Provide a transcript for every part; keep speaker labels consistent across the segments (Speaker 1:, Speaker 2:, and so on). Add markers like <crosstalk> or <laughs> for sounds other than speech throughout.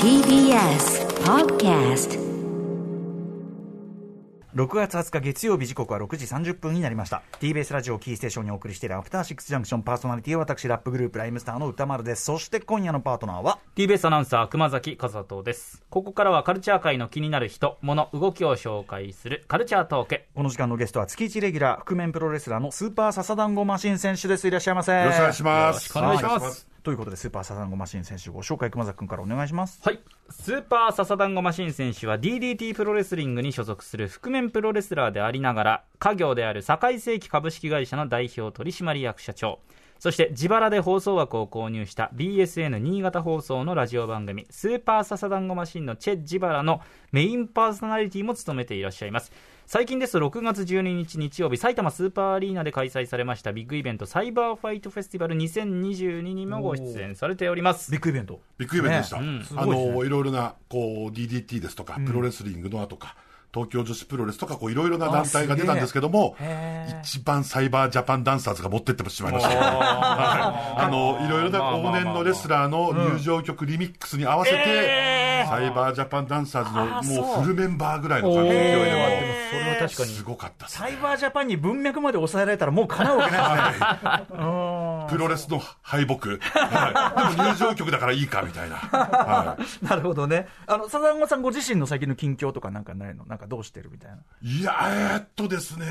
Speaker 1: TBS Podcast
Speaker 2: 6月20日月曜日時刻は6時30分になりました TBS ラジオキーステーションにお送りしているアフターシックスジャンクションパーソナリティは私ラップグループライムスターの歌丸ですそして今夜のパートナーは
Speaker 3: TBS アナウンサー熊崎和人ですここからはカルチャー界の気になる人物動きを紹介するカルチャートーク
Speaker 2: この時間のゲストは月1レギュラー覆面プロレスラーのスーパーササダンゴマシン選手ですいらっしゃいませ
Speaker 4: よろしくお願いし
Speaker 3: よ
Speaker 4: ま
Speaker 3: ろし
Speaker 4: す。
Speaker 3: くお願いします
Speaker 2: ということでスーパーササダンゴマシン選手ご紹介熊崎君からお願いします
Speaker 3: はいスーパーササダンゴマシン選手は DDT プロレスリングに所属する覆面プロレスラーでありながら家業である堺世紀株式会社の代表取締役社長そして自腹で放送枠を購入した BSN 新潟放送のラジオ番組「スーパーササダンゴマシン」のチェ・ジバラのメインパーソナリティも務めていらっしゃいます最近ですと6月12日日曜日埼玉スーパーアリーナで開催されましたビッグイベントサイバーファイトフェスティバル2022にもご出演されております
Speaker 2: ビッグイベント
Speaker 4: ビッグイベントでした。
Speaker 2: ね
Speaker 3: うん
Speaker 2: すご
Speaker 4: あ
Speaker 2: いですね
Speaker 4: の、いろいろな、こう、DDT ですとか、プロレスリングのとか、東京女子プロレスとか、こう、いろいろな団体が出たんですけども
Speaker 2: へえ、
Speaker 4: 一番サイバージャパンダンサーズが持ってってしまいました。はいあの、いろいろな往年のレスラーの入場曲リミックスに合わせて、サイバージャパンダンサーズのもうフルメンバーぐらいの感じの勢いで
Speaker 3: でも
Speaker 4: 終わっ
Speaker 3: それは確
Speaker 4: て、
Speaker 3: かに
Speaker 4: すごかったです
Speaker 2: サイバージャパンに文脈まで抑えられたらもうかなうわけないですねうん
Speaker 4: プロレスの敗北。はいでも入場曲だからいいか、みたいな。は
Speaker 2: <laughs>
Speaker 4: い
Speaker 2: なるほどねあのサザンゴさんご自身の最近の近況とかなんかないのなんかどうしてるみたいない
Speaker 4: や、えーっとですね、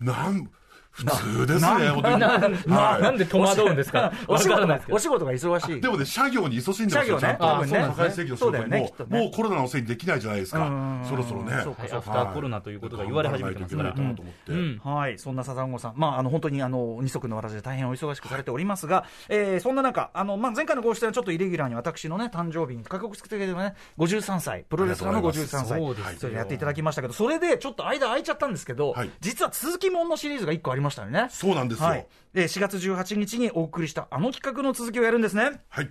Speaker 4: なん、普通ですね、
Speaker 2: な
Speaker 4: 本当にはい
Speaker 3: なんで戸惑うんですか
Speaker 2: <laughs> お仕
Speaker 3: わか
Speaker 2: 事
Speaker 3: んな
Speaker 2: が
Speaker 3: いですけど
Speaker 2: お仕事が忙しい
Speaker 4: でもね、社業に勤しんでますよ、
Speaker 2: 社業ね
Speaker 4: ちゃんと。
Speaker 3: 多分ね
Speaker 4: 社会正規の仕
Speaker 2: そうだ
Speaker 4: 事
Speaker 2: よ
Speaker 4: に
Speaker 2: ね
Speaker 4: も
Speaker 2: きっ
Speaker 4: う、
Speaker 2: とね
Speaker 4: もうコロナのせいにできないじゃないです
Speaker 2: うん
Speaker 4: か、そろそろね。
Speaker 2: そうか
Speaker 3: はいアフターコロナということが言われ始めてますから。
Speaker 4: 頑張らないといけないなと思って。
Speaker 2: はい、そんなサザンゴさん、まあ、あの本当にあの二足のわらじで大変お忙しくされておりますが、えーそんな中、あのまあ、前回のご出演はちょっとイレギュラーに私の、ね、誕生日に価格つけてけどね、53歳、プロレスラーの
Speaker 4: ありがとう
Speaker 2: 53歳、
Speaker 3: ございますそうですよ
Speaker 2: れやっていただきましたけど、それでちょっと間空いちゃったんですけど、
Speaker 4: はい
Speaker 2: 実は続きもんのシリーズが1個ありましたよね。
Speaker 4: そうなんですよ
Speaker 2: はい、で4月18日にお送りしたあの企画の続きをやるんですね。
Speaker 4: はい。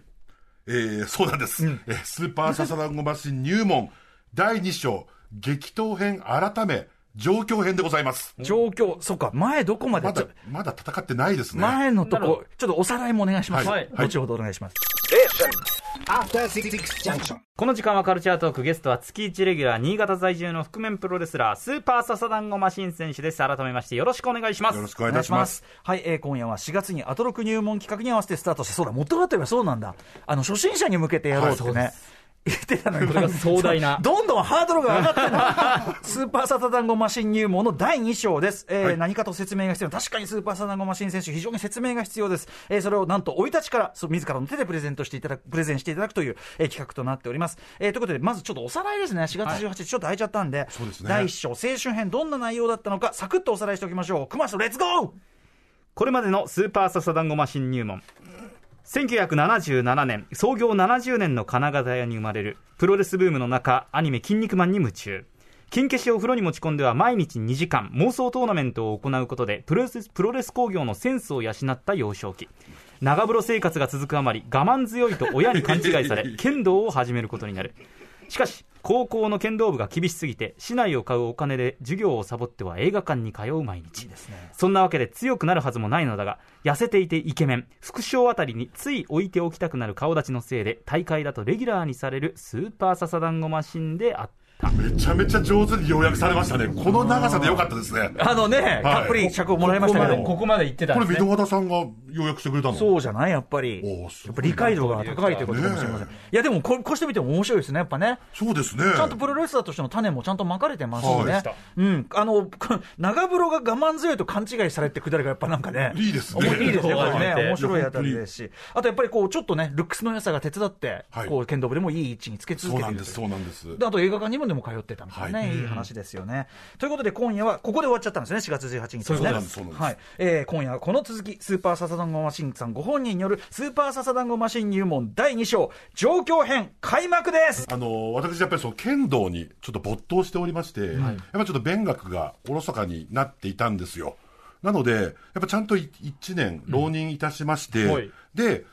Speaker 4: えー、そうなんです。えースーパーササダンゴマシン入門、第2章、激闘編改め、状況編でございます。
Speaker 2: 状況、そっか、前どこまで、
Speaker 4: ま
Speaker 2: ち
Speaker 4: だ
Speaker 2: ょ、
Speaker 4: まだ戦ってないですね。
Speaker 2: 前のと
Speaker 3: なるほ
Speaker 2: こ、ちょっとおさらいもお願いします。
Speaker 4: はい
Speaker 2: 後ほどお願いします。
Speaker 5: After Six Junction.
Speaker 3: この時間はカルチャートークゲストは月1レギュラー新潟在住の覆面プロレスラースーパーササダンゴマシン選手です改めましてよろしくお願いします
Speaker 4: よろしくお願いいたします。
Speaker 2: はい、えー今夜は4月にアトロク入門企画に合わせてスタートして、そうだ、持ってかってばそうなんだ。あの、初心者に向けてやろうってね。
Speaker 4: は
Speaker 2: <laughs> 言ってたのに
Speaker 3: これが壮大な
Speaker 2: どんどんハードルが上が
Speaker 4: <laughs>
Speaker 2: ってるスーパーサタダンゴマシン入門の第2章です、えー何かと説明が必要確かにスーパーサタダンゴマシン選手非常に説明が必要です、えーそれをなんと生い立ちからそう自らの手でプレゼントしていただくプレゼンしていただくという、えー企画となっております、えーということでまずちょっとおさらいですね4月18日、ちょっと空いちゃったんで
Speaker 4: そうですね
Speaker 2: 第1章青春編どんな内容だったのかサクッとおさらいしておきましょう熊さんレッツゴー
Speaker 3: これまでのスーパーササダンゴマシン入門1977年創業70年の金型屋に生まれるプロレスブームの中アニメ「筋肉マン」に夢中金消しを風呂に持ち込んでは毎日2時間妄想トーナメントを行うことでプロレスプロレス工業のセンスを養った幼少期長風呂生活が続くあまり我慢強いと親に勘違いされ剣道を始めることになるしかし高校の剣道部が厳しすぎて市内を買うお金で授業をサボっては映画館に通う毎日そんなわけで強くなるはずもないのだが痩せていてイケメン副将あたりについ置いておきたくなる顔立ちのせいで大会だとレギュラーにされるスーパーササダンゴマシンであった
Speaker 4: めちゃめちゃ上手に要約されましたね。この長さでよかったですね。
Speaker 2: あのね、たっぷり尺をもらいましたけど
Speaker 4: ここまでこ
Speaker 3: こまで言ってた
Speaker 4: これ、水戸和田さんが要約してくれたの
Speaker 2: そうじゃないやっぱり。
Speaker 4: お
Speaker 2: や
Speaker 4: ーすごい
Speaker 2: っぱ理解度が高いということかもしれません。い
Speaker 4: ね
Speaker 2: や、でもこ、こうしてみても面白いですね、やっぱね。
Speaker 4: そうですね。
Speaker 2: ちゃんとプロレスラーとしての種もちゃんとまかれてますよ
Speaker 4: そうで
Speaker 2: ね
Speaker 4: した。
Speaker 2: うん。あの、 <laughs> 長風呂が我慢強いと勘違いされてくだりがやっぱなんかね。
Speaker 4: いいですね
Speaker 2: おもいいですね、やっぱりね
Speaker 3: いいですね
Speaker 2: 面白いあたりですし。あとやっぱりこう、ちょっとね、ルックスの良さが手伝って、
Speaker 4: はい
Speaker 2: こう、剣道部でもいい位置につけ続
Speaker 4: そう
Speaker 2: け
Speaker 4: な
Speaker 2: てい
Speaker 4: ん
Speaker 2: ると
Speaker 4: で
Speaker 2: い
Speaker 4: す、
Speaker 2: う
Speaker 4: そうなんです。
Speaker 2: であと映画館にもでも通ってたみたいなね、
Speaker 4: はい
Speaker 2: い、い話ですよね。ということで今夜はここで終わっちゃったんですね、4月18日ね。
Speaker 4: そういうことなんですそうなんです
Speaker 2: はいえー今夜はこの続き、スーパーササダンゴマシンさんご本人によるスーパーササダンゴマシン入門第2章、状況編開幕です
Speaker 4: あの私、やっぱりその剣道にちょっと没頭しておりまして、やっぱりちょっと勉学がおろそかになっていたんですよ。なので、やっぱちゃんとい一年浪人いたしまして、
Speaker 3: はい
Speaker 4: で、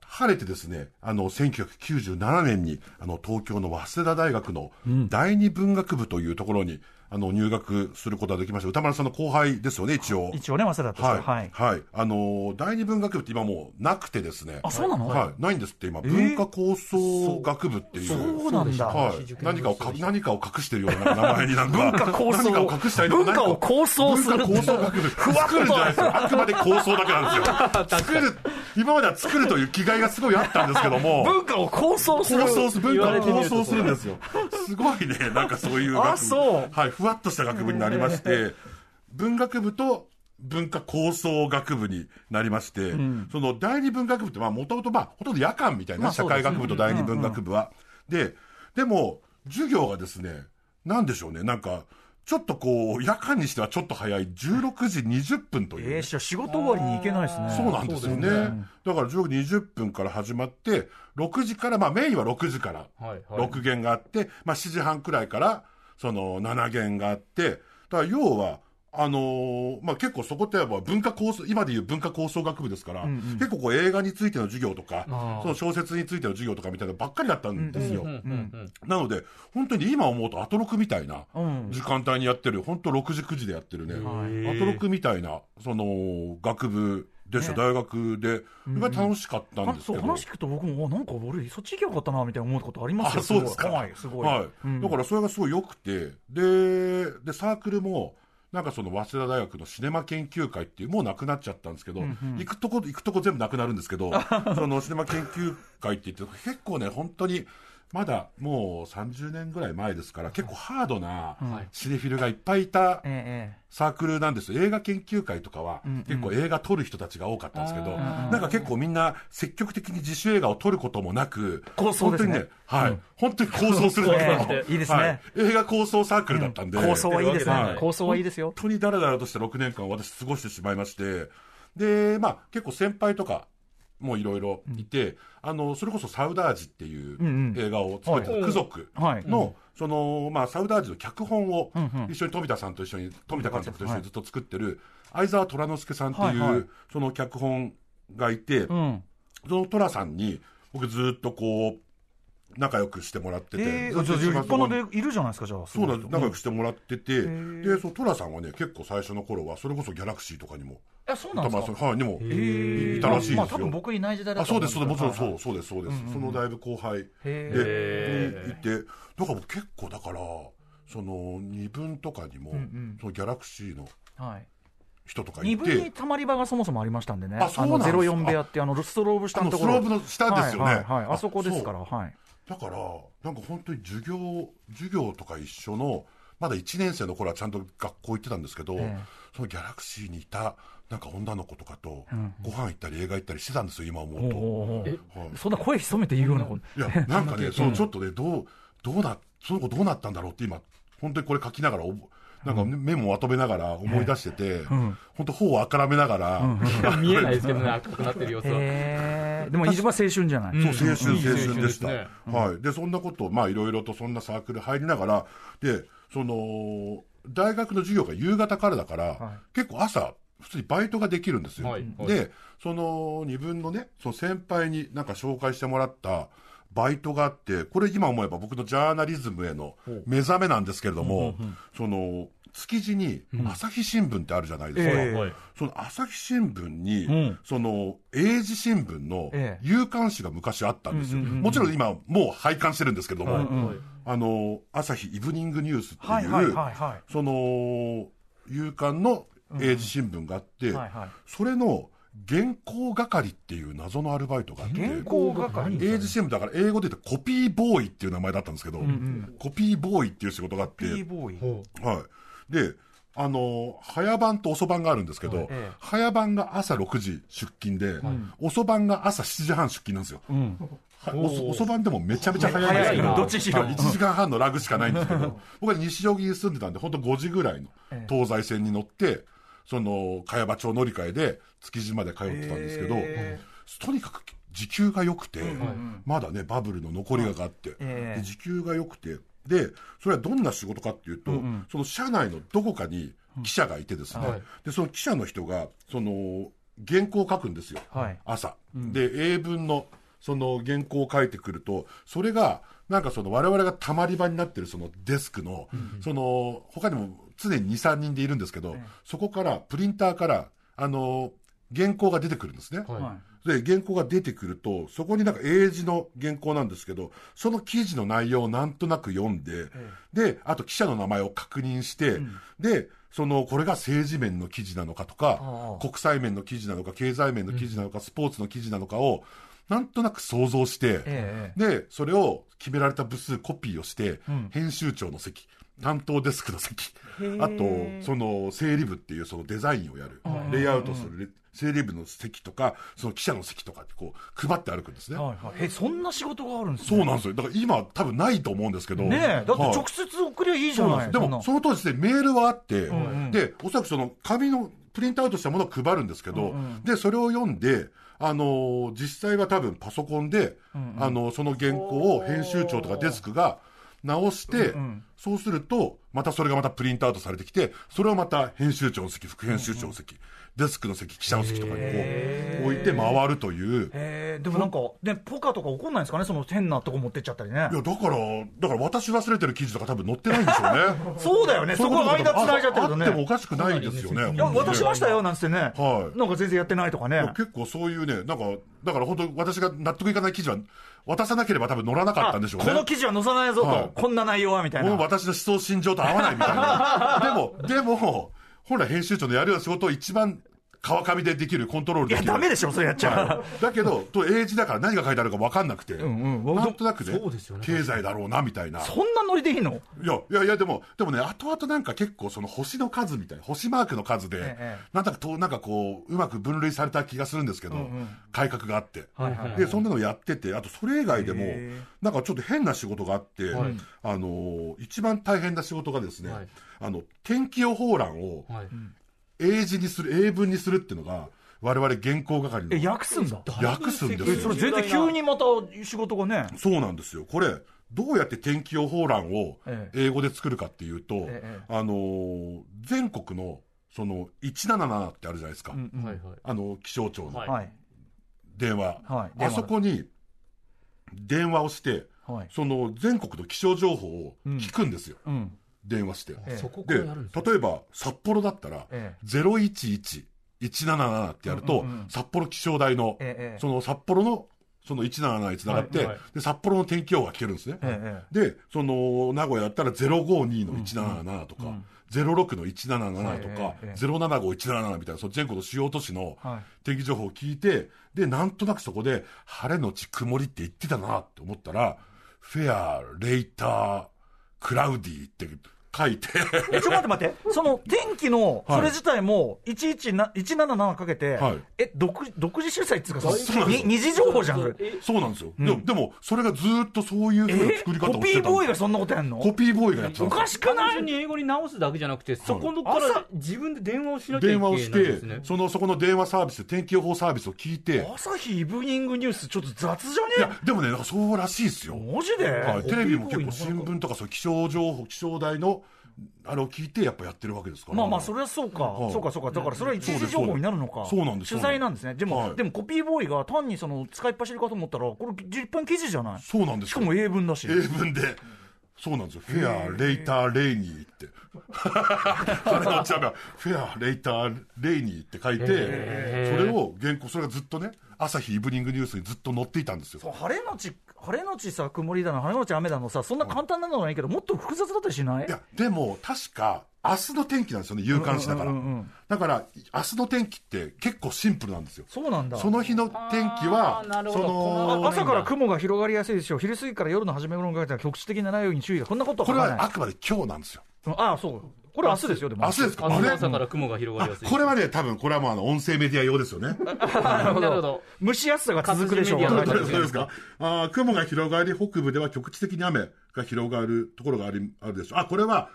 Speaker 4: 晴れてですね、あの、1997年に、あの、東京の早稲田大学の第二文学部というところに、あの入学することができました歌丸さんの後輩ですよね一応
Speaker 2: 一応ね、早稲田として
Speaker 4: は
Speaker 2: は
Speaker 4: い、はいい。あのー第二文学部って今もうなくてですね
Speaker 2: あ、そうなの
Speaker 4: はい、ないんですって今、文化構想学部っていう
Speaker 2: そうなんだ。
Speaker 4: はい、何かをか何かを隠してるような名 <laughs> 前になんか
Speaker 2: 文化構想
Speaker 4: 何かを隠したりとか
Speaker 2: 文化を構想する
Speaker 4: 文化構想学部
Speaker 2: ふわっと
Speaker 4: 作るじゃないですかあくまで構想だけなん
Speaker 2: <laughs>
Speaker 4: ですよ作る今までは作るという気概がすごいあったんですけども
Speaker 2: 文化を構想する。
Speaker 4: 構想す文
Speaker 3: 言わ
Speaker 4: 化
Speaker 3: れ
Speaker 4: を
Speaker 3: てみ
Speaker 4: 構
Speaker 3: ると
Speaker 4: 想するんですよすごいねなんかそういう学部
Speaker 2: あそう
Speaker 4: はい、ふわっとした学部になりまして文学部と文化構想学部になりまして、その第二文学部ってもともとほとんど夜間みたいな、
Speaker 2: まあ
Speaker 4: 社
Speaker 2: そうですね
Speaker 4: 会学部と第二文学部は、ででも授業がですねなんでしょうねなんかちょっとこう夜間にしてはちょっと早い16時20分というね、
Speaker 2: えー、し仕事終わりに行けないですね。
Speaker 4: そうなんですよね。だから16 20分から始まって、6時から、まあメインは6時から、
Speaker 3: はいはい
Speaker 4: 6弦があって、まあ7時半くらいから、その7弦があって、だから要は、あのーまあ結構そこってやっぱ文化構想、今でいう文化構想学部ですから、結構こう映画についての授業とか
Speaker 3: あー、
Speaker 4: その小説についての授業とかみたいなのばっかりだったんですよ。
Speaker 3: うんうん
Speaker 4: なので、本当に今思うと、アトロクみたいな
Speaker 2: うん
Speaker 4: 時間帯にやってる、本当6時、9時でやってるね、
Speaker 3: ー
Speaker 4: アトロクみたいな、その、学部でした、大学で、が楽しかったんです
Speaker 2: そ
Speaker 4: け
Speaker 2: う
Speaker 4: ど。
Speaker 2: 話聞くと僕もあなんか俺そっち行きゃよかったなみたいな思うことあります
Speaker 4: あ、
Speaker 2: よ
Speaker 4: そうですか。
Speaker 2: はいすごい、
Speaker 4: はい
Speaker 2: うん
Speaker 4: だからそれがすごい良くて、で、で、サークルも、なんかその早稲田大学のシネマ研究会っていう、もうなくなっちゃったんですけど、行くとこ、行くとこ全部なくなるんですけ <laughs> ど、そのシネマ研究会って言って、結構ね、本当に、まだもう30年ぐらい前ですから、結構ハードなシネフィルがいっぱいいた
Speaker 2: ええ
Speaker 4: サークルなんですよ映画研究会とかは、結構映画撮る人たちが多かったんですけど、なんか結構みんな積極的に自主映画を撮ることもなく、
Speaker 2: 構想ですね
Speaker 4: 本当にね、はい、本当に構想するんだけ
Speaker 2: <laughs>
Speaker 4: ど
Speaker 2: ええいいですね
Speaker 4: はい映画構想サークルだったんで、
Speaker 2: 構想はいいですね、
Speaker 4: はい
Speaker 2: 構想はいいですよ
Speaker 4: 本当にだらだらとした6年間を私過ごしてしまいまして、で、まあ結構先輩とか、もいろいろいて、あの、それこそサウダージってい
Speaker 2: ん
Speaker 4: う映画を作ってた、
Speaker 3: はい
Speaker 4: クゾク
Speaker 2: はい
Speaker 4: の、その、まあ、サウダージの脚本を
Speaker 2: んうん
Speaker 4: 一緒に富田さんと一緒に、富田監督と一緒
Speaker 2: はい
Speaker 4: にずっと作ってる、相沢虎之助さんっていう、
Speaker 2: はいはい
Speaker 4: その脚本がいて、
Speaker 2: うん
Speaker 4: その虎さんに、僕ずっとこう、仲良くしてもらってて、
Speaker 2: え
Speaker 4: ず
Speaker 2: ー、
Speaker 4: っ
Speaker 2: じゃ
Speaker 4: と
Speaker 2: あ
Speaker 4: 一
Speaker 2: 立
Speaker 4: 番そこ
Speaker 2: 派
Speaker 4: に
Speaker 2: なでいるじゃないですかじゃあ
Speaker 4: そうなんです。仲良
Speaker 2: ん
Speaker 4: くしてもらってて、
Speaker 2: ん
Speaker 4: で、そう、トラさんはね、結構最初の頃は、それこそギャラクシーとかにも、
Speaker 2: えそうなんです
Speaker 4: さ
Speaker 2: か
Speaker 4: ん、はい、にも、
Speaker 2: えー
Speaker 4: いたらしいですよ
Speaker 2: まあ多分僕いない時代だ
Speaker 4: あ、
Speaker 2: と
Speaker 4: そう
Speaker 2: 思
Speaker 4: です、そうです、もちろんそうう、そうです、そうです。そのだいぶ後輩
Speaker 2: へ
Speaker 4: で、にいて、だから僕結構だから、その、二分とかにも、そのギャラクシーの
Speaker 2: けどはいはいはい
Speaker 4: 人とか
Speaker 2: 二
Speaker 4: い
Speaker 2: 分に
Speaker 4: て、
Speaker 2: たまり場がそもそもありましたんでね
Speaker 4: あそうなんですか
Speaker 2: の04部屋ってあのストローブ下
Speaker 4: あ
Speaker 2: の
Speaker 4: の、
Speaker 2: と
Speaker 4: ス
Speaker 2: こ
Speaker 4: ロ
Speaker 2: ろ
Speaker 4: ーブの下ですよ
Speaker 2: は
Speaker 4: ね
Speaker 2: い。はいはい、あそこですから
Speaker 4: そう
Speaker 2: はい
Speaker 4: だから、なんか本当に授業、授業とか一緒の、まだ1年生の頃はちゃんと学校行ってたんですけど、
Speaker 2: ええ
Speaker 4: そのギャラクシーにいた、なんか女の子とかと、ご飯行ったり映画行ったりしてたんですよ、今思うと。
Speaker 2: おー
Speaker 4: はい
Speaker 2: そんな声潜めて言うようなこと
Speaker 4: い <laughs> や、なんかね、そのちょっとね、どう、どうな、その子どうなったんだろうって今、本当にこれ書きながらおぼ、なんかメモをまとめながら思い出してて、本当、頬をあからめながら、
Speaker 3: 見えないですけどね赤くなってる様子は
Speaker 2: へえでも飯島青春じゃない、
Speaker 4: そう、青春、
Speaker 3: いい青
Speaker 4: 青
Speaker 3: 春
Speaker 4: 春でした。
Speaker 3: ですね
Speaker 4: はい。で、そんなことを、まあ、いろいろとそんなサークル入りながら、で、その、大学の授業が夕方からだから、結構朝、普通にバイトができるんですよ。
Speaker 3: はいはい
Speaker 4: で、その、二分のね、その先輩になんか紹介してもらった、バイトがあって、これ今思えば僕のジャーナリズムへの目覚めなんですけれども、その、築地に朝日新聞ってあるじゃないですか。
Speaker 2: ええ
Speaker 3: はい
Speaker 4: その朝日新聞に、
Speaker 2: ん
Speaker 4: その英字新聞の
Speaker 2: ええ
Speaker 4: 夕刊誌が昔あったんですよ、もちろん今、もう廃刊してるんですけども、あの朝日イブニングニュースっていう、
Speaker 2: はいはいはいはい
Speaker 4: その夕刊の英字新聞があって、
Speaker 2: はいはい
Speaker 4: それの原稿係っていう謎のアルバイトがあって。
Speaker 2: 原稿係
Speaker 4: 英字新聞だから英語で言ってコピーボーイっていう名前だったんですけど、コピーボーイっていう仕事があって、
Speaker 2: P ボーイ
Speaker 4: はい。で、あのー早番と遅番があるんですけど、
Speaker 2: ええ
Speaker 4: 早番が朝6時出勤で、遅番が朝7時半出勤なんですよ。は遅遅番でもめちゃめちゃ早いんですけ
Speaker 2: 早いな
Speaker 4: ど、
Speaker 2: どっちしろ
Speaker 4: 1時間半のラグしかないんですけど、僕は西条木に住んでたんで、本当5時ぐらいの
Speaker 2: ええ
Speaker 4: 東西線に乗って、その、茅場町乗り換えで築地まで通ってたんですけど、
Speaker 2: え
Speaker 4: とにかく時給が良くて、まだね、バブルの残りががあって、
Speaker 2: ええ
Speaker 4: で時給が良くて、で、それはどんな仕事かっていうと、その社内のどこかに記者がいてですね、
Speaker 3: はい
Speaker 4: で、その記者の人が、その、原稿を書くんですよ、
Speaker 2: はい
Speaker 4: 朝。で、英文の、その原稿を書いてくると、それが、なんかその我々がたまり場になってるそのデスクの、その、他にも常に2、3人でいるんですけど、そこから、プリンターから、あの、原稿が出てくるんですね。
Speaker 2: はい
Speaker 4: で、原稿が出てくると、そこになんか英字の原稿なんですけど、その記事の内容をなんとなく読んで、で、あと記者の名前を確認して、で、その、これが政治面の記事なのかとか、国際面の記事なのか、経済面の記事なのか、スポーツの記事なのかを、なんとなく想像して、
Speaker 2: え
Speaker 4: で、それを決められた部数コピーをして、編集長の席、担当デスクの席、あと、その整理部っていうそのデザインをやる、レイアウトするレ、整理部の席とか、その記者の席とかってこう、配って歩くんですね。
Speaker 2: はいはい、えそんな仕事があるんです
Speaker 4: そ
Speaker 2: ね
Speaker 4: うなんですよ。だから今多分ないと思うんですけど。
Speaker 2: ねえだって
Speaker 4: はい
Speaker 2: 直接送りゃいいじゃ
Speaker 4: そう
Speaker 2: な、
Speaker 4: ないんです。でも、
Speaker 2: そ
Speaker 4: その当時でメールはあって、で、おそらくその紙のプリントアウトしたものを配るんですけど、で、それを読んで、あのー実際は多分パソコンで、あのーその原稿を編集長とかデスクが直して、そうすると、またそれがまたプリントアウトされてきて、それをまた編集長の席、副編集長の席、デスクの席、記者の席とかにこう、置いて回るという。
Speaker 2: えーでもなんか、ね、ポカとか怒んないんですかね、その変なとこ持ってっちゃったりね
Speaker 4: い。や、だから、だから私忘れてる記事とか多分載ってないんでしょうね。 <laughs>
Speaker 2: そうだよね、
Speaker 4: そうい
Speaker 2: そうこ
Speaker 4: と
Speaker 2: 間
Speaker 4: とか
Speaker 2: 繋いじゃってるとね。
Speaker 4: ああってもおかしくないですよね。
Speaker 2: いや渡しましたよなんつってね、
Speaker 4: はい
Speaker 2: なんか全然やってないとかね
Speaker 4: いや。結構そういうね、なんか、だから本当に私が納得いかない記事は、渡さなければ多分乗らなかったんでしょうね。
Speaker 2: この記事は載さないぞと、
Speaker 4: はい
Speaker 2: こんな内容はみたいな。
Speaker 4: もう私の思想心情と合わないみた
Speaker 2: <laughs>
Speaker 4: いな。でも、でも、本来編集長のやるような仕事を一番川上でできる、コントロール
Speaker 2: い
Speaker 4: で
Speaker 2: や、
Speaker 4: きる。
Speaker 2: ダメでしょ、それやっちゃう。
Speaker 4: だけど、と英字だから何が書いてあるか分かんなくて、
Speaker 2: んうん
Speaker 4: なんとなくね
Speaker 3: そうですよね
Speaker 4: 経済だろうなみたいな。
Speaker 2: そんなノリでいいの
Speaker 4: いや、いやいや、でも、でもね、後々なんか結構その星の数みたいな、星マークの数で、
Speaker 2: ええ
Speaker 4: なんだかと、なんかこう、うまく分類された気がするんですけど、改革があって、
Speaker 2: はいはい
Speaker 4: で、そんなのやってて、あとそれ以外でも、なんかちょっと変な仕事があって、あのー一番大変な仕事がですね、
Speaker 3: はい
Speaker 4: あの、天気予報欄を
Speaker 3: はい
Speaker 4: 英字にする、英文にするっていうのが、我々原稿係
Speaker 2: え、
Speaker 4: の
Speaker 2: 訳すんだ。
Speaker 4: 訳すんです
Speaker 2: え、
Speaker 4: よ
Speaker 2: それ。全然急にまた仕事がね。
Speaker 4: そうなんですよ。これ、どうやって天気予報欄を
Speaker 2: ええ
Speaker 4: 英語で作るかっていうと、
Speaker 2: ええ
Speaker 4: あのー全国の、その、177ってあるじゃないですか。
Speaker 2: うん
Speaker 3: はいはい
Speaker 4: あの、気象庁の
Speaker 3: はい
Speaker 2: はい。
Speaker 4: 電話。
Speaker 2: はい
Speaker 4: あそこに、電話をして、
Speaker 2: はい。
Speaker 4: その、全国の気象情報を聞くんですよ。
Speaker 2: うん。
Speaker 4: 電話して。
Speaker 2: ええ
Speaker 3: そこか
Speaker 4: で、
Speaker 3: らやるんですね
Speaker 4: 例えば、札幌だったら、
Speaker 2: え
Speaker 4: 011177ってやると、
Speaker 2: うんうんうん
Speaker 4: 札幌気象台の、
Speaker 2: ええ
Speaker 4: その札幌の、その177につながって、
Speaker 3: はいはい
Speaker 4: で、札幌の天気予報が聞けるんですね。
Speaker 2: ええ
Speaker 4: で、その、名古屋だったら052の177とか、06の177と
Speaker 2: はい
Speaker 4: か、
Speaker 2: ええ
Speaker 4: 075 177みたいな、その全国の主要都市の
Speaker 2: はい
Speaker 4: 天気情報を聞いて、で、なんとなくそこで、晴れのち曇りって言ってたなって思ったら、フェア、レイター、クラウディって書い
Speaker 2: <laughs>
Speaker 4: て、
Speaker 2: ええちょっと
Speaker 4: <laughs>
Speaker 2: 待って待って、その天気の、
Speaker 4: はい
Speaker 2: それ自体も、11な177かけて、
Speaker 4: はい
Speaker 2: え、独独自主催っていうか、
Speaker 4: そうなんで
Speaker 2: に
Speaker 4: すよ
Speaker 2: 二次情報じゃん、それ。
Speaker 4: そうなんですよ。でも、でもそれがずーっとそういう風な
Speaker 2: え
Speaker 4: 作り方
Speaker 2: コ
Speaker 4: を
Speaker 2: ピ
Speaker 4: して
Speaker 2: ー
Speaker 4: たん
Speaker 2: ボーイ
Speaker 4: で
Speaker 2: が
Speaker 4: す
Speaker 2: そんなことやんの
Speaker 4: コピーボーイがやってたん
Speaker 2: お
Speaker 4: ですよ
Speaker 2: かしく
Speaker 3: 単
Speaker 2: ない
Speaker 3: 純に英語に直すだけじゃなくて、そこのか
Speaker 2: 朝
Speaker 3: ら自分で電話をしなきゃいけ
Speaker 4: 電
Speaker 3: ない
Speaker 4: 話
Speaker 3: ん
Speaker 4: を
Speaker 3: です
Speaker 4: し
Speaker 3: ね。
Speaker 4: て、その、そこの電話サービス、天気予報サービスを聞いて、
Speaker 2: 朝日イブニングニュース、ちょっと雑じ
Speaker 4: い
Speaker 2: ゃね
Speaker 4: や、でもね、なんかそうらしいですよ。
Speaker 2: えマジで、
Speaker 4: はい、
Speaker 3: コ
Speaker 4: テ
Speaker 3: ピーボーイ
Speaker 4: レビも結構新聞とかそう気象情報、気象台の、あれを聞いてやっぱやってるわけですから。
Speaker 2: まあまあ、そ
Speaker 4: れ
Speaker 2: れはそうか、
Speaker 4: はい
Speaker 2: そうか、そうか、だからそれは一
Speaker 4: そうで
Speaker 2: 時
Speaker 4: す
Speaker 2: 情報になるのか、
Speaker 4: そうです
Speaker 2: 取材なんですね、でも、
Speaker 4: はい
Speaker 2: でもコピーボーイが単にその使いっ走りかと思ったら、これ、立派な記事じゃない、
Speaker 4: そうなんです
Speaker 2: し
Speaker 4: よ
Speaker 2: かも英文だし、
Speaker 4: 英文で。そうなんですよ。フェア、レイター、レイニー
Speaker 2: <laughs>
Speaker 4: って。あれのちゃんが、フェア、レイター、レイニーって書いて、そ
Speaker 3: へー
Speaker 4: れを原稿、それがずっとね、朝日イブニングニュースにずっと載っていたんですよ。
Speaker 2: そう晴れのち、晴れのちさ、曇りだの、晴れのち雨だのさ、そんな簡単なのはいいけど、もっと複雑だったりしない
Speaker 4: いや、でも、確か、明日の天気なんですよね、夕刊誌だから。
Speaker 2: うんうんうんうん
Speaker 4: だから、明日の天気って結構シンプルなんですよ。
Speaker 2: そうなんだ。
Speaker 4: その日の天気は
Speaker 3: あ、ーなるほ
Speaker 4: そ
Speaker 3: ど
Speaker 4: の、
Speaker 2: 朝から雲が広がりやすいでしょう、昼過ぎから夜の初め頃にかけては局地的な雷雨に注意が、こんなこと
Speaker 4: こ
Speaker 2: は
Speaker 4: れ
Speaker 2: 書か
Speaker 4: は
Speaker 2: な
Speaker 4: あ
Speaker 2: い
Speaker 4: くまで今日なんですよ。
Speaker 2: うんああ、そう、これ明日ですよ、でも、
Speaker 4: 明日ですか
Speaker 3: あ
Speaker 4: あれ
Speaker 3: の朝から雲が広がりやすい。
Speaker 4: これはね、多分これはもうあの音声メディア用です
Speaker 2: <laughs>
Speaker 4: よね。
Speaker 3: なるほど。
Speaker 2: 蒸し暑さが続くでしょう
Speaker 3: 活字メディアの
Speaker 4: そ
Speaker 3: 中
Speaker 4: うですか。あー雲が広がり、北部では局地的に雨が広がるところがありあるでしょう。あ、これは、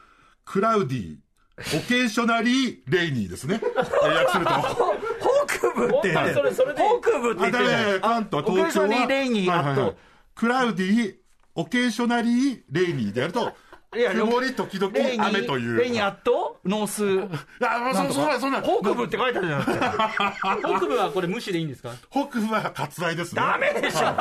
Speaker 4: クラウディ、オケーショナリー・レイニーですね。えー訳すると。
Speaker 2: <laughs> 北部って言って
Speaker 3: それそれで
Speaker 2: 北部って言
Speaker 4: あ
Speaker 2: って
Speaker 4: だ
Speaker 2: るじゃない
Speaker 4: ね、関東、東京は。
Speaker 2: オケーショナリーレイニー
Speaker 4: はいはいは
Speaker 2: あ
Speaker 4: い
Speaker 2: と
Speaker 4: クラウディ、オケーショナリー・レイニーでやると、
Speaker 2: いや
Speaker 4: 曇り時々
Speaker 2: レイに
Speaker 4: 雨という
Speaker 2: レイに圧倒ノース。
Speaker 4: あもうそそうなんそんなん
Speaker 2: 北部って書いてあるじゃないです
Speaker 4: <laughs>
Speaker 2: か。
Speaker 3: 北部はこれ無視でいいんですか
Speaker 4: 北部は割愛ですね
Speaker 2: ダメでしょ
Speaker 4: 北部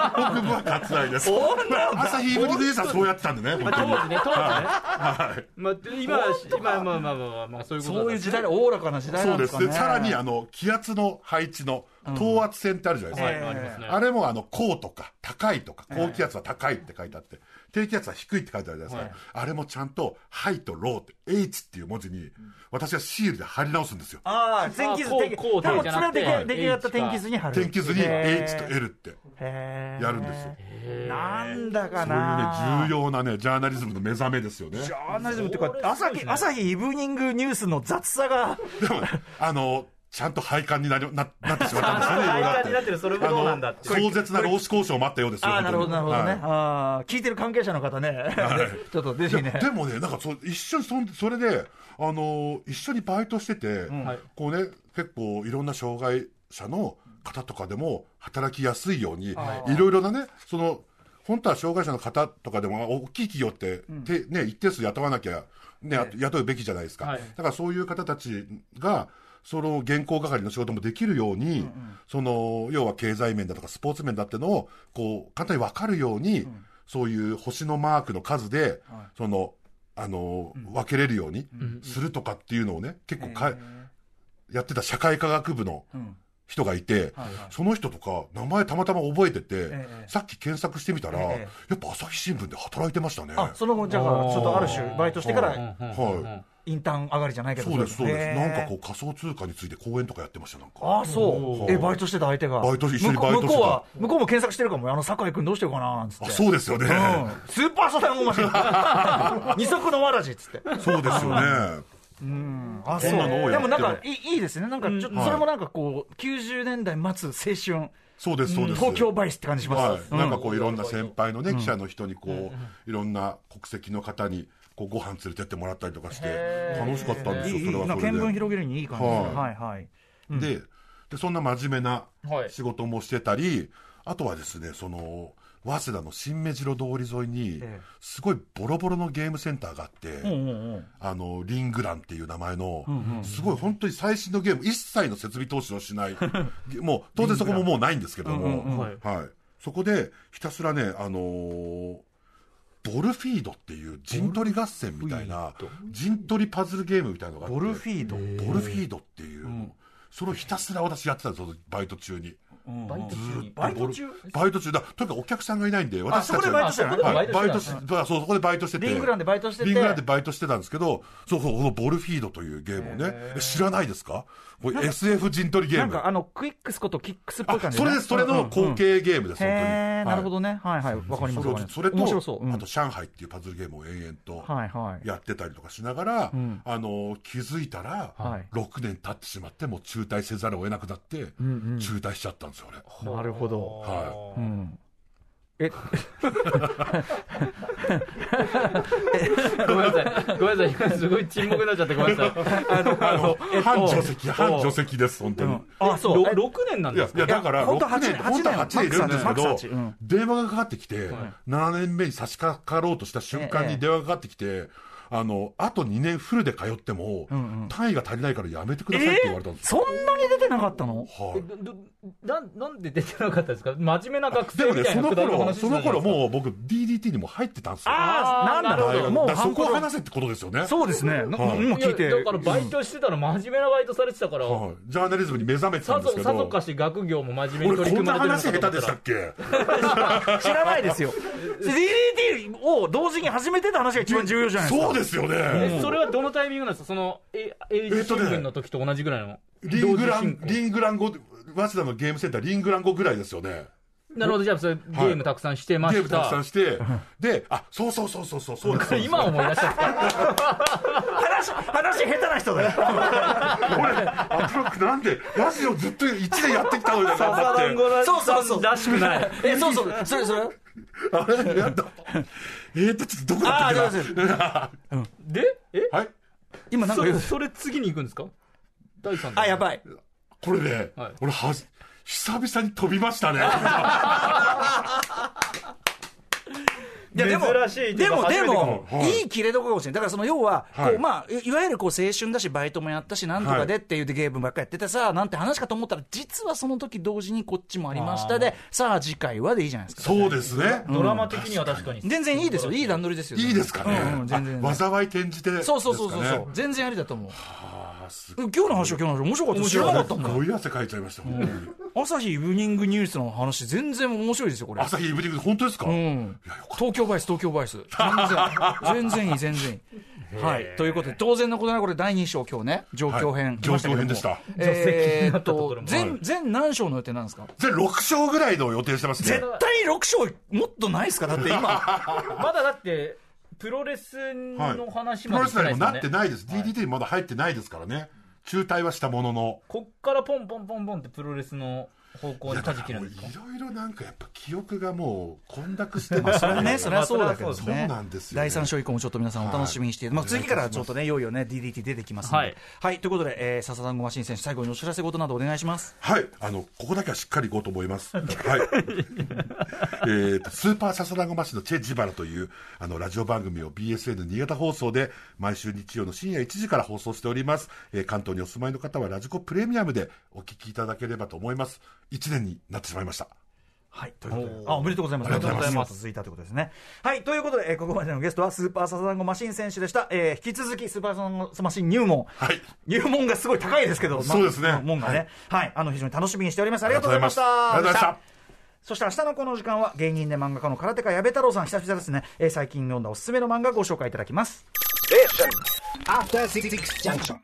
Speaker 4: は割愛です
Speaker 2: そんなの
Speaker 4: 朝日イブリングユーザーはそうやってたんでね本当
Speaker 3: 当
Speaker 4: に
Speaker 3: 時ね、当時ね。
Speaker 4: はい
Speaker 3: まあ、今、今、まあまあまあまあ、そういうことだ
Speaker 2: そういう時代で、おおらかな時代
Speaker 4: そ
Speaker 2: な
Speaker 4: うんで
Speaker 2: です
Speaker 4: す
Speaker 2: かね。
Speaker 4: ねさらにあの気圧の配置の等圧線ってあるじゃないですか、
Speaker 2: ええ
Speaker 3: ありますね。
Speaker 4: あれもあの、高とか、高いとか、高気圧は高いって書いてあって、低気圧は低いって書いてあるじゃないですか。あれもちゃんと、ハイとローって、H っていう文字に、私はシールで貼り直すんですよ。
Speaker 2: ああ、天気図、
Speaker 3: こう
Speaker 2: 天気
Speaker 3: こう
Speaker 2: 多分
Speaker 3: じゃ
Speaker 2: それ
Speaker 3: な
Speaker 2: は
Speaker 3: く
Speaker 2: 出来出
Speaker 3: て
Speaker 2: 来上がった天気図に貼る。
Speaker 4: 天気図に H と L って
Speaker 2: へー
Speaker 4: やるんですよ。。
Speaker 2: なんだか
Speaker 4: そういう
Speaker 2: な
Speaker 4: ね、重要なね、ジャーナリズムの目覚めですよね。
Speaker 2: ジャーナリズムっていうか、朝日、朝日イブニングニュースの雑さが、
Speaker 4: でも、 <laughs> あの、ちゃんと廃刊になりななってしまったんですよ
Speaker 3: <laughs>
Speaker 4: ね、いろいろあ
Speaker 3: 廃刊になってるそれもどうなんだって
Speaker 4: あの壮絶な労使交渉を待ったようですよ。
Speaker 2: ああ、なるほど、なるほど
Speaker 4: 本当
Speaker 2: ね
Speaker 4: に。はい
Speaker 2: ああ、聞いてる関係者の方ね。 <laughs> ちょっとぜひね
Speaker 4: いや。でもね、なんかそう一緒にそんそれで、あのー一緒にバイトしてて、
Speaker 3: はい
Speaker 4: こうね、結構いろんな障害者の方とかでも働きやすいように、いろいろなね、その、本当は障害者の方とかでも、あ大きい企業って、てね、一定数雇わなきゃ、ね、あと雇うべきじゃないですか。
Speaker 3: はい
Speaker 4: だからそういう方たちが、その原稿係の仕事もできるように、その、要は経済面だとかスポーツ面だってのを、こう、簡単に分かるように、そういう星のマークの数で、その、あの、分けれるようにするとかっていうのをね、結構か、やってた社会科学部の
Speaker 2: ん
Speaker 4: 人がいて、その人とか、名前たまたま覚えてて、
Speaker 2: え
Speaker 4: さっき検索してみたら、
Speaker 2: え
Speaker 4: やっぱ朝日新聞で働いてましたね。
Speaker 2: あ、その後、じゃあ、ちょっとある種、バイトしてか
Speaker 4: うん
Speaker 2: ら、
Speaker 4: は
Speaker 2: インターン上がりじゃないけ
Speaker 4: い。
Speaker 2: ど。
Speaker 4: そうです、そうです。なんか
Speaker 2: う
Speaker 4: こう仮想通貨について講演とかやってました、なんか。
Speaker 2: ああ、そう。え、バイトしてた相手が。
Speaker 4: バイト一緒にバイト
Speaker 2: 向こう向
Speaker 4: してた
Speaker 2: こうは、向こうも検索してるかも。あの、酒井君どうしてるかな、つって。
Speaker 4: あ、そうですよね。
Speaker 2: うんスーパーサタンゴマシン。 <laughs> 二足のわらじっつって。
Speaker 4: そうですよね。
Speaker 2: あ、
Speaker 4: そんなのをや
Speaker 2: で
Speaker 4: って
Speaker 2: も
Speaker 4: る
Speaker 2: なんか、いいいいですね。なんか、ちょっと、それもなんかこう、90年代末青春、
Speaker 4: そうです、そうです。
Speaker 2: 東京バイスって感じしま
Speaker 4: は
Speaker 2: す。
Speaker 4: い、なんかこういろんな先輩のね、記者の人にこう、いろんな国籍の方にこうご飯連れてってもらったりとかして楽しかったんです
Speaker 2: いい、いい、
Speaker 4: よそれ
Speaker 2: な
Speaker 4: は
Speaker 2: んか
Speaker 4: それ
Speaker 2: 見
Speaker 4: で
Speaker 2: 聞広げるにいい感じですね。
Speaker 4: は
Speaker 2: はい、はい。
Speaker 4: ででそんな真面目な
Speaker 3: はい
Speaker 4: 仕事もしてたり、あとはですねその早稲田の新目白通り沿いに
Speaker 2: ええ
Speaker 4: すごいボロボロのゲームセンターがあって、
Speaker 2: うんうんうん。
Speaker 4: あのリングランっていう名前の、すごい本当に最新のゲーム一切の設備投資をしない <laughs> もう当然そこももうないんですけども、
Speaker 2: うんうんうん
Speaker 3: はい
Speaker 4: はい、そこでひたすらね、あのーボルフィードっていう陣取り合戦みたいな陣取りパズルゲームみたいなのがあって
Speaker 2: ボルフィード。
Speaker 4: ボルフィードっていう、それをひたすら私やってたんですよバイト中に
Speaker 3: バイト中に。
Speaker 2: バイト中
Speaker 4: バイト中だとにかくお客さんがいないんで私たちは
Speaker 2: あそこでバイトしてた
Speaker 3: の
Speaker 4: はいバイト
Speaker 3: バ
Speaker 4: し
Speaker 3: イトして
Speaker 4: そうそこでバイトしてて
Speaker 2: リングランでバイトしてて
Speaker 4: リングランでバイトしてたんですけどそうそうこのボルフィードというゲームをねえ知らないですかこれ SF 陣取りゲ
Speaker 2: な
Speaker 4: ー
Speaker 2: ん
Speaker 4: ム
Speaker 2: か、あの、クイックスことキックスっぽい
Speaker 4: あ
Speaker 2: 感じ
Speaker 4: そ
Speaker 2: ね。
Speaker 4: れですそれの後継ゲームです、
Speaker 2: うんうんへ
Speaker 4: 本当には
Speaker 2: え、
Speaker 4: い
Speaker 2: なるほどね。はいはい。わかりますわかります。
Speaker 4: それと
Speaker 2: 面白そう。うん
Speaker 4: あと上海っていうパズルゲームを延々と
Speaker 2: はいはい。
Speaker 4: やってたりとかしながら、
Speaker 2: ん
Speaker 4: あの気づいたら、
Speaker 2: はい
Speaker 4: 6年経ってしまってもう中退せざるを得なくなって、中退しちゃったんですよ俺、
Speaker 2: なるほど。
Speaker 4: は
Speaker 2: うん。え、
Speaker 3: ごめんなさい。ごめんなさい。今すごい沈黙になっちゃってごめん
Speaker 4: <laughs>
Speaker 3: なさい。あの、
Speaker 4: あの
Speaker 3: えっと
Speaker 4: 反除籍反除籍です本当に、
Speaker 2: あ、
Speaker 3: そ。
Speaker 2: そうう。
Speaker 3: 6年なん
Speaker 4: い
Speaker 3: で
Speaker 4: や
Speaker 3: す
Speaker 4: い
Speaker 3: か
Speaker 4: やだから
Speaker 2: いや本当
Speaker 4: 6
Speaker 2: はち
Speaker 4: 年本当は8年いるんですけ
Speaker 2: マッ
Speaker 4: ど
Speaker 2: クス8うん
Speaker 4: 電話がかかってきて、7年目に差し掛かろうとした瞬間
Speaker 2: え
Speaker 4: に
Speaker 2: え
Speaker 4: 電話がかかってきて、あのあと2年フルで通っても、
Speaker 2: んうん
Speaker 4: 単位が足りないからやめてく
Speaker 2: え
Speaker 4: ださいって言われたんですよ、
Speaker 2: そんなに出てなかったの
Speaker 4: はい
Speaker 3: えどどななんで出てなかったですか真面目な学
Speaker 4: で
Speaker 3: 生
Speaker 4: も
Speaker 3: み
Speaker 4: ね、
Speaker 3: たいな
Speaker 4: その
Speaker 3: くだりの
Speaker 4: 頃、
Speaker 3: 話して
Speaker 4: そ
Speaker 3: たじゃないです
Speaker 4: の
Speaker 3: か
Speaker 4: 頃もう僕 DDT にも入ってたんですよ。
Speaker 2: ああ、なんだ
Speaker 3: なるほ
Speaker 2: ろ
Speaker 3: ど
Speaker 2: う。
Speaker 4: だ
Speaker 2: もう
Speaker 4: からそ
Speaker 2: 反
Speaker 4: こを
Speaker 2: 抗
Speaker 4: 話せってことですよね。
Speaker 2: そうですね。な
Speaker 4: はい
Speaker 2: うん聞いて。
Speaker 3: いやだからバイトしてたら真面目なバイトされてたから、
Speaker 4: はいジャーナリズムに目覚めてた
Speaker 3: さ
Speaker 4: んです
Speaker 3: ぞ
Speaker 4: け
Speaker 3: さぞ
Speaker 4: ど
Speaker 3: か。し学業も真面目に取
Speaker 4: 俺
Speaker 3: り
Speaker 4: こん
Speaker 3: 組ま
Speaker 4: な
Speaker 3: れてるのか
Speaker 4: 話
Speaker 3: と
Speaker 4: 下
Speaker 3: 思
Speaker 4: 手
Speaker 3: った
Speaker 4: でした
Speaker 3: ら
Speaker 4: っけ
Speaker 2: 知らないですよ。DDT を同時に始めてた話が一番重要
Speaker 3: <laughs>
Speaker 2: じゃないですか。
Speaker 4: そうですよ
Speaker 3: え
Speaker 4: ね。
Speaker 3: それはどのタイミングなんですかそのえ英字新聞の時と同じぐらいの
Speaker 4: リングラ
Speaker 3: 同時
Speaker 4: ン
Speaker 3: 進、行
Speaker 4: リングラン語、早稲田のゲームセンターリングラン語ぐらいですよね。
Speaker 3: なるほどじゃあそれゲームたくさんしてま
Speaker 4: ゲー
Speaker 3: し
Speaker 4: ムたくさ
Speaker 3: た
Speaker 4: んして、で、あ、そうそうそうそうそう、そうです。そうです
Speaker 3: 今思い出したんですか
Speaker 2: 話、話下手な人だよ。
Speaker 4: <laughs> 俺、アプロックなんで、ラジオずっと1年やってきたのにな
Speaker 3: サザンゴ
Speaker 4: だっ
Speaker 3: ラ
Speaker 4: て。
Speaker 2: そうそうそう
Speaker 3: <laughs> さんらしくない
Speaker 2: え、そうそう。それそれ。
Speaker 4: あれやった。えーと、ちょっとどこだったっけな。
Speaker 3: でえ
Speaker 4: <laughs> はい。
Speaker 2: 今なん
Speaker 3: そ
Speaker 2: か
Speaker 3: れ
Speaker 2: 言う。
Speaker 3: それ次に行くんですか第3
Speaker 2: あ、やばい。
Speaker 4: これね、
Speaker 3: はい
Speaker 4: 俺はじ、
Speaker 3: <laughs>
Speaker 4: 久々に飛びましたね。
Speaker 2: いやでも
Speaker 3: 珍しいとい
Speaker 2: で
Speaker 3: うか
Speaker 2: も、
Speaker 3: 初め
Speaker 2: で
Speaker 3: てかも
Speaker 2: も、
Speaker 4: はい
Speaker 2: い、い切れどころかもしれない、だからその要は、こう
Speaker 4: はい
Speaker 2: まあ、いいわゆるこう青春だし、バイトもやったし、なんとかでっていうでゲームばっかやっててさ、なんて話かと思ったら、実はその時同時にこっちもありましたで、さあ次回はでいいじゃないですか。
Speaker 4: そうですね。
Speaker 3: ドラマ的には確かに。
Speaker 2: 全然いいですよ、いい段取りですよ。
Speaker 4: いいですかね
Speaker 2: うんうん、。全然。
Speaker 4: あ災い転じて。
Speaker 2: そうそうそうそう
Speaker 4: で
Speaker 2: そ
Speaker 4: す
Speaker 2: う
Speaker 4: か、ね
Speaker 2: 全然ありだと思う。
Speaker 4: あーす
Speaker 2: 今日の話は今日の話、面白かった。知らなかったんだ
Speaker 4: すごい汗かいちゃいました、本当に
Speaker 2: 朝日イブニングニュースの話、全然面白いですよ、これ。
Speaker 4: 朝日イブニング、本当ですか、
Speaker 2: うん、東京バイス、東京バイス、全然、全然いい、全然いい。はい、ということで、当然のことながらこれ、第2章、今日ね、状況編、
Speaker 4: はい
Speaker 2: 来またけども
Speaker 4: 状況編でした
Speaker 2: えーっ
Speaker 3: 女性気になったとこ
Speaker 2: と
Speaker 3: ろ、も
Speaker 2: 全、全何章の予定なんですか
Speaker 4: 全6章ぐらいの予定してますね
Speaker 2: 絶。対6章、もっとないですか、だって今、
Speaker 3: まだだって、プロレスの話
Speaker 4: プロ
Speaker 3: ま
Speaker 4: レ
Speaker 3: で来
Speaker 4: ス
Speaker 3: て
Speaker 4: ラー
Speaker 3: ないです
Speaker 4: にもな
Speaker 3: よ
Speaker 4: っ
Speaker 3: ね
Speaker 4: て。ないです。DDT まだ入ってないですからね。中退はしたものの。
Speaker 3: こっからポンポンポンポンってプロレスの方向に舵切るんですか
Speaker 4: いろいろなんかやっぱ記憶がもう混濁してます
Speaker 2: それはね、それはそうだけど
Speaker 4: そう
Speaker 2: ね
Speaker 4: なんです、よね
Speaker 2: 第3章以降もちょっと皆さん、お楽しみにして、まあ、次からちょっとね、いよいよね、DDT 出てきますので、は
Speaker 3: はいい、
Speaker 2: ということで、えー、笹団子マシン選手、最後にお知らせ事などお願いします。
Speaker 4: はい、あの、ここだけはしっかりいこうと思います。はい。えーと、スーパーササダゴマシのチェ・ジバラという、あの、ラジオ番組を BSN 新潟放送で、毎週日曜の深夜1時から放送しております。えー関東にお住まいの方は、ラジコプレミアムでお聞きいただければと思います。1年になってしまいました。
Speaker 2: はい、ということで、あ、おめでとうございます。
Speaker 4: ありがとうございます
Speaker 2: また続いたということですね。はい、ということで、えーここまでのゲストは、スーパーササダンゴマシン選手でした。えー引き続き、スーパーササダンゴマシン入門。
Speaker 4: はい。
Speaker 2: 入門がすごい高いですけど、まあ
Speaker 4: そうですね
Speaker 2: 門がね、はい、あの、非常に楽しみにしております。あ
Speaker 4: あ
Speaker 2: りがとうございました。
Speaker 4: ありがとうございました。
Speaker 2: そして明日のこの時間は芸人で漫画家の空手家矢部太郎さん久々ですね、えー最近読んだおすすめの漫画ご紹介いただきます
Speaker 5: After Six Junction.